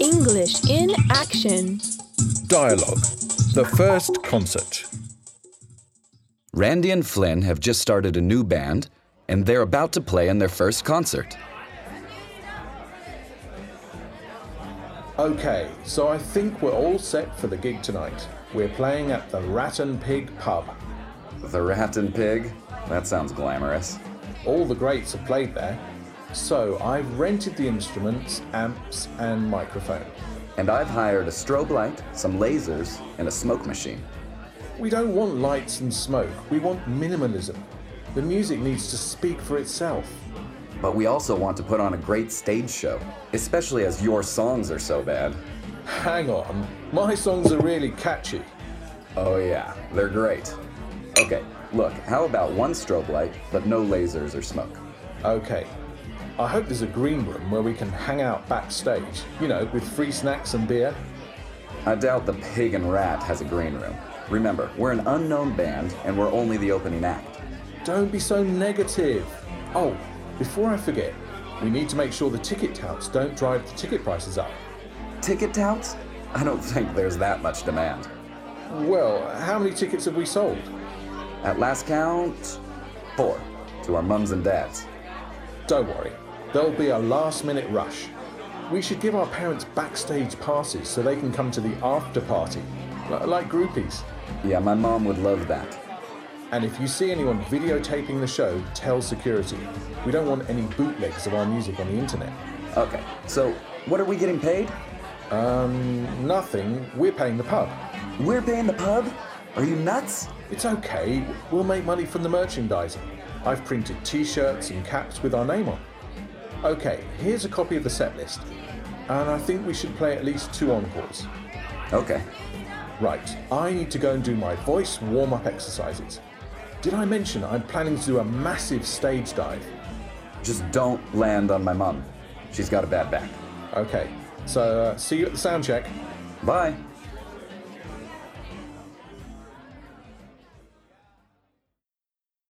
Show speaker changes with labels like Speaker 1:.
Speaker 1: English in action.
Speaker 2: Dialogue. The first concert.
Speaker 3: Randy and Flynn have just started a new band, and they're about to play in their first concert.
Speaker 2: Okay, so I think we're all set for the gig tonight. We're playing at the Rat and Pig pub.
Speaker 3: The Rat and Pig? That sounds glamorous.
Speaker 2: All the greats have played there. So I've rented the instruments, amps, and microphone.
Speaker 3: And I've hired a strobe light, some lasers, and a smoke machine.
Speaker 2: We don't want lights and smoke, we want minimalism. The music needs to speak for itself.
Speaker 3: But we also want to put on a great stage show, especially as your songs are so bad.
Speaker 2: Hang on, my songs are really catchy.
Speaker 3: Oh, yeah, they're great. Okay, look, how about one strobe light, but no lasers or smoke?
Speaker 2: Okay, I hope there's a green room where we can hang out backstage, you know, with free snacks and beer.
Speaker 3: I doubt the pig and rat has a green room. Remember, we're an unknown band and we're only the opening act.
Speaker 2: Don't be so negative. Oh, before I forget, we need to make sure the ticket touts don't drive the ticket prices up.
Speaker 3: Ticket touts? I don't think there's that much demand.
Speaker 2: Well, how many tickets have we sold?
Speaker 3: At last count, four to our mums and dads.
Speaker 2: Don't worry, there'll be a last minute rush. We should give our parents backstage passes so they can come to the after party, li- like groupies.
Speaker 3: Yeah, my mom would love that.
Speaker 2: And if you see anyone videotaping the show, tell security. We don't want any bootlegs of our music on the internet.
Speaker 3: Okay, so what are we getting paid?
Speaker 2: Um, nothing, we're paying the pub.
Speaker 3: We're paying the pub? Are you nuts?
Speaker 2: It's okay, we'll make money from the merchandising. I've printed t shirts and caps with our name on. Okay, here's a copy of the set list. And I think we should play at least two encores.
Speaker 3: Okay.
Speaker 2: Right, I need to go and do my voice warm up exercises. Did I mention I'm planning to do a massive stage dive?
Speaker 3: Just don't land on my mom. She's got a bad back.
Speaker 2: Okay, so uh, see you at the sound check.
Speaker 3: Bye.